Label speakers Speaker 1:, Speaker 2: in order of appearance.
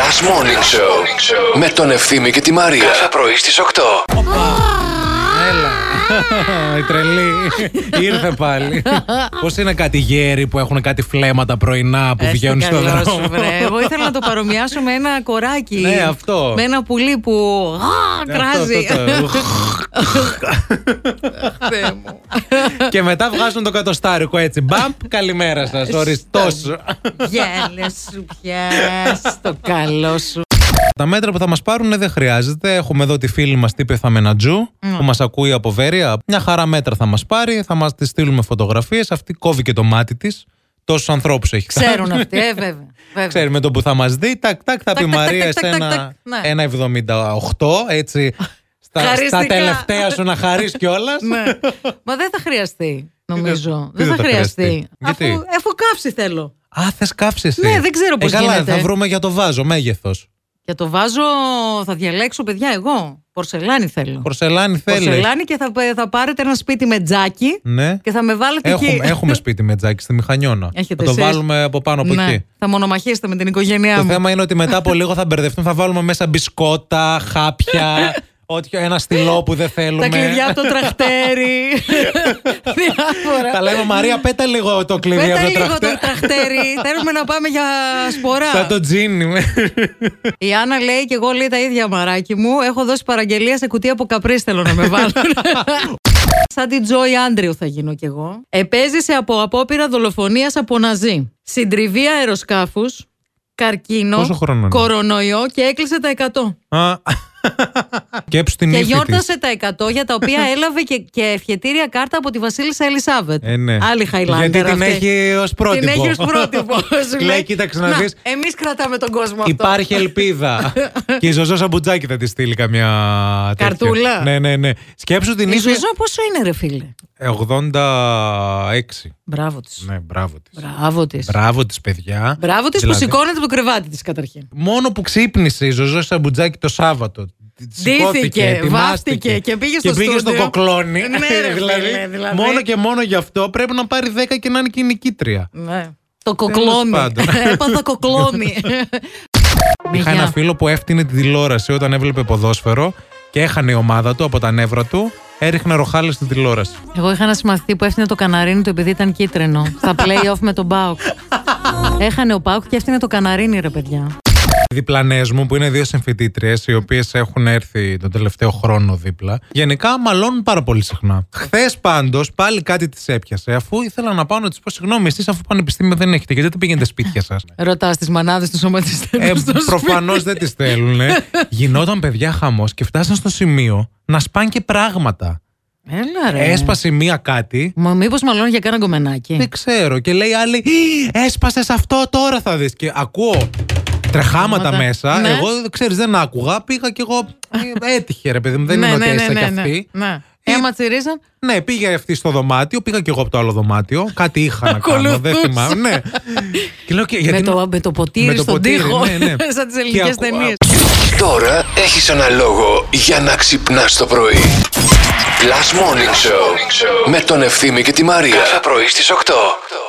Speaker 1: Last Morning Show με τον Ευθύμη και τη Μαρία. Κάθε πρωί στις 8.
Speaker 2: Έλα. Η τρελή. Ήρθε πάλι. Πώς είναι κάτι γέροι που έχουν κάτι φλέματα πρωινά που
Speaker 3: Έστε
Speaker 2: πηγαίνουν στον
Speaker 3: καλός σου,
Speaker 2: δρόμο.
Speaker 3: βρε. Εγώ ήθελα να το παρομοιάσω με ένα κοράκι.
Speaker 2: Ναι, αυτό. Ναι,
Speaker 3: Με ένα πουλί που. Α,
Speaker 2: Αυτό,
Speaker 3: κράζει.
Speaker 2: αυτό, το.
Speaker 3: Θεέ μου.
Speaker 2: Και μετά βγάζουν το κατοστάρικο έτσι. Μπαμπ, καλημέρα σας. Οριστό.
Speaker 3: Γέλε σου πια. Το καλό σου.
Speaker 2: Τα μέτρα που θα μας πάρουν δεν χρειάζεται. Έχουμε εδώ τη φίλη μας τύπη Θαμενατζού
Speaker 3: Ναι.
Speaker 2: που μας ακούει από Βέρεια. Μια χαρά μέτρα θα μας πάρει, θα μας τη στείλουμε φωτογραφίες. Αυτή κόβει και το μάτι της. Τόσους ανθρώπους έχει κάνει.
Speaker 3: Ξέρουν αυτοί, ε, βέβαια. βέβαια.
Speaker 2: Ξέρει με τον που θα μας δει, τακ, τακ, θα
Speaker 3: Τακ,
Speaker 2: πει
Speaker 3: τακ,
Speaker 2: Μαρία
Speaker 3: τακ,
Speaker 2: σε
Speaker 3: τακ, τακ,
Speaker 2: ένα,
Speaker 3: τακ. Ναι.
Speaker 2: ένα 78, έτσι. Στα, στα
Speaker 3: Χαριστικά.
Speaker 2: τελευταία σου να χαρεί κιόλας.
Speaker 3: Ναι. Μα δεν θα χρειαστεί, νομίζω.
Speaker 2: τι
Speaker 3: Δεν θα
Speaker 2: δεν θα
Speaker 3: χρειαστεί.
Speaker 2: χρειαστεί? Γιατί?
Speaker 3: Αφού- Αφού κάψει θέλω.
Speaker 2: Α, θες κάψεις.
Speaker 3: Ναι, δεν ξέρω πώς
Speaker 2: Ε, καλά,
Speaker 3: γίνεται.
Speaker 2: θα βρούμε για το βάζο, μέγεθος.
Speaker 3: Για το βάζω, θα διαλέξω, παιδιά, εγώ. Πορσελάνη θέλω.
Speaker 2: Πορσελάνη θέλεις.
Speaker 3: Πορσελάνη και θα, θα πάρετε ένα σπίτι με τζάκι
Speaker 2: Ναι.
Speaker 3: και θα με βάλετε εκεί.
Speaker 2: Έχουμε, έχουμε σπίτι με τζάκι στη Μηχανιώνα.
Speaker 3: Έχετε
Speaker 2: θα το
Speaker 3: εσείς.
Speaker 2: βάλουμε από πάνω από
Speaker 3: Ναι,
Speaker 2: εκεί.
Speaker 3: Θα μονομαχήσετε με την οικογένειά
Speaker 2: Το
Speaker 3: μου.
Speaker 2: θέμα είναι ότι μετά από λίγο θα μπερδευτούν, θα βάλουμε μέσα μπισκότα, χάπια, ό,τι, ένα στυλό που δεν θέλουμε.
Speaker 3: Τα κλειδιά από το τραχτέρι. Διάφορα.
Speaker 2: Θα λέμε Μαρία, πέτα λίγο το κλειδί
Speaker 3: Πέτα
Speaker 2: από το
Speaker 3: λίγο
Speaker 2: τραχτέ.
Speaker 3: το τραχτέρι. Θέλουμε να πάμε για σπορά.
Speaker 2: Σαν το τζίνι.
Speaker 3: Η Άννα λέει και εγώ λέει τα ίδια μαράκι μου. Έχω δώσει παραγγελία σε κουτί από καπρίς. Θέλω να με βάλουν. Σαν την Τζόι Άντριου θα γίνω κι εγώ. Επέζησε από απόπειρα δολοφονίας από ναζί. Συντριβή αεροσκάφους. Καρκίνο.
Speaker 2: Πόσο χρόνο είναι?
Speaker 3: Κορονοϊό και έκλεισε τα 100.
Speaker 2: Α, Κέψου την
Speaker 3: Και
Speaker 2: ύφη της.
Speaker 3: γιόρτασε τα 100 για τα οποία έλαβε και, και ευχετήρια κάρτα από τη Βασίλισσα Ελισάβετ.
Speaker 2: Ε, ναι.
Speaker 3: Άλλη Χαϊλάντερ.
Speaker 2: Γιατί την
Speaker 3: αυτή.
Speaker 2: έχει ως
Speaker 3: Την
Speaker 2: πρότυπο.
Speaker 3: έχει ως πρότυπο. Σου
Speaker 2: Λέει, κοίταξε να δεις.
Speaker 3: Εμείς κρατάμε τον κόσμο αυτό.
Speaker 2: Υπάρχει ελπίδα. και η Ζωζό Σαμπutζάκη θα τη στείλει καμιά. τέτοια.
Speaker 3: Καρτούλα.
Speaker 2: Ναι, ναι, ναι. Σκέψου την
Speaker 3: Η
Speaker 2: ύφη.
Speaker 3: Ζωζό πόσο είναι, ρε φίλε.
Speaker 2: 86.
Speaker 3: Μπράβο της.
Speaker 2: Ναι, μπράβο της.
Speaker 3: Μπράβο της.
Speaker 2: Μπράβο της, παιδιά.
Speaker 3: Μπράβο της που
Speaker 2: Δηλαδή,
Speaker 3: σηκώνεται από το κρεβάτι της καταρχήν.
Speaker 2: Μόνο που ξύπνησε η Ζωζό Σαμπουτζάκη το Σάββατο.
Speaker 3: Ντύθηκε,
Speaker 2: Σηκώθηκε,
Speaker 3: βάφτηκε και πήγε στο
Speaker 2: πήγε στο
Speaker 3: στούντιο.
Speaker 2: κοκλόνι.
Speaker 3: Ναι, ρε, φίλε, δηλαδή.
Speaker 2: Μόνο και μόνο γι' αυτό πρέπει να πάρει 10 και να είναι και η νικήτρια.
Speaker 3: Ναι. Το κοκλόμι.
Speaker 2: πάντων.
Speaker 3: Έπαθα κοκλόμι.
Speaker 2: Είχα
Speaker 3: Μεγιά.
Speaker 2: ένα φίλο που έφτιανε τη τηλεόραση όταν έβλεπε ποδόσφαιρο και έχανε η ομάδα του από τα νεύρα του. Έριχνε ροχάλες στην τηλεόραση.
Speaker 3: Εγώ είχα ένα συμμαθητή που έφτιανε το καναρίνι του επειδή ήταν κίτρινο. Στα play-off με τον Πάοκ. Έχανε ο Πάοκ και έφτιανε το καναρίνι, ρε παιδιά.
Speaker 2: Οι διπλανές μου, που είναι δύο συμφοιτήτριες, οι οποίες έχουν έρθει τον τελευταίο χρόνο δίπλα, γενικά μαλώνουν πάρα πολύ συχνά. Χθες πάντως πάλι κάτι τις έπιασε, αφού ήθελα να πάω να τη πω συγγνώμη, εσείς αφού πανεπιστήμιο δεν έχετε, γιατί δεν πηγαίνετε σπίτια σας.
Speaker 3: Ρωτάς τις μανάδες τους σωματιστέ.
Speaker 2: Ε,
Speaker 3: στο
Speaker 2: Προφανώς δεν τις θέλουν. Γινόταν παιδιά χαμός και φτάσαν στο σημείο να σπάνε και πράγματα.
Speaker 3: σπίτι. Έλα ρε.
Speaker 2: Έσπασε μία κάτι
Speaker 3: Μα μήπως μαλώνει για κάνα
Speaker 2: Δεν
Speaker 3: κομμενάκι.
Speaker 2: ξέρω. Και λέει άλλη, έσπασες αυτό τώρα θα δεις. Και ακούω τρεχάματα
Speaker 3: Ματά.
Speaker 2: μέσα.
Speaker 3: Ναι.
Speaker 2: Εγώ ξέρεις, δεν άκουγα. Πήγα κι εγώ. ε, Έτυχε ρε παιδί μου, δεν
Speaker 3: Ναι,
Speaker 2: είναι ότι
Speaker 3: ναι,
Speaker 2: έστειλα
Speaker 3: ναι,
Speaker 2: κι
Speaker 3: ναι,
Speaker 2: αυτή.
Speaker 3: Ναι.
Speaker 2: Ε,
Speaker 3: Έμα τσιρίζαν.
Speaker 2: Ναι, πήγε αυτή στο δωμάτιο, πήγα κι εγώ από το άλλο δωμάτιο. Κάτι είχα να κάνω, δεν
Speaker 3: Ακολουθούσα.
Speaker 2: θυμάμαι. Ναι. Και λέω και
Speaker 3: Με
Speaker 2: γιατί.
Speaker 3: το, με το ποτήρι
Speaker 2: με το
Speaker 3: στον
Speaker 2: ποτήρι,
Speaker 3: τοίχο.
Speaker 2: ναι, ναι.
Speaker 3: Σαν τις
Speaker 2: Και
Speaker 3: ελληνικές
Speaker 2: ακού-
Speaker 3: ταινίες.
Speaker 1: Τώρα έχεις ένα λόγο για να ξυπνάς το πρωί. Last Morning Show με τον Ευθύμη και τη Μαρία. Κάθε πρωί στις 8.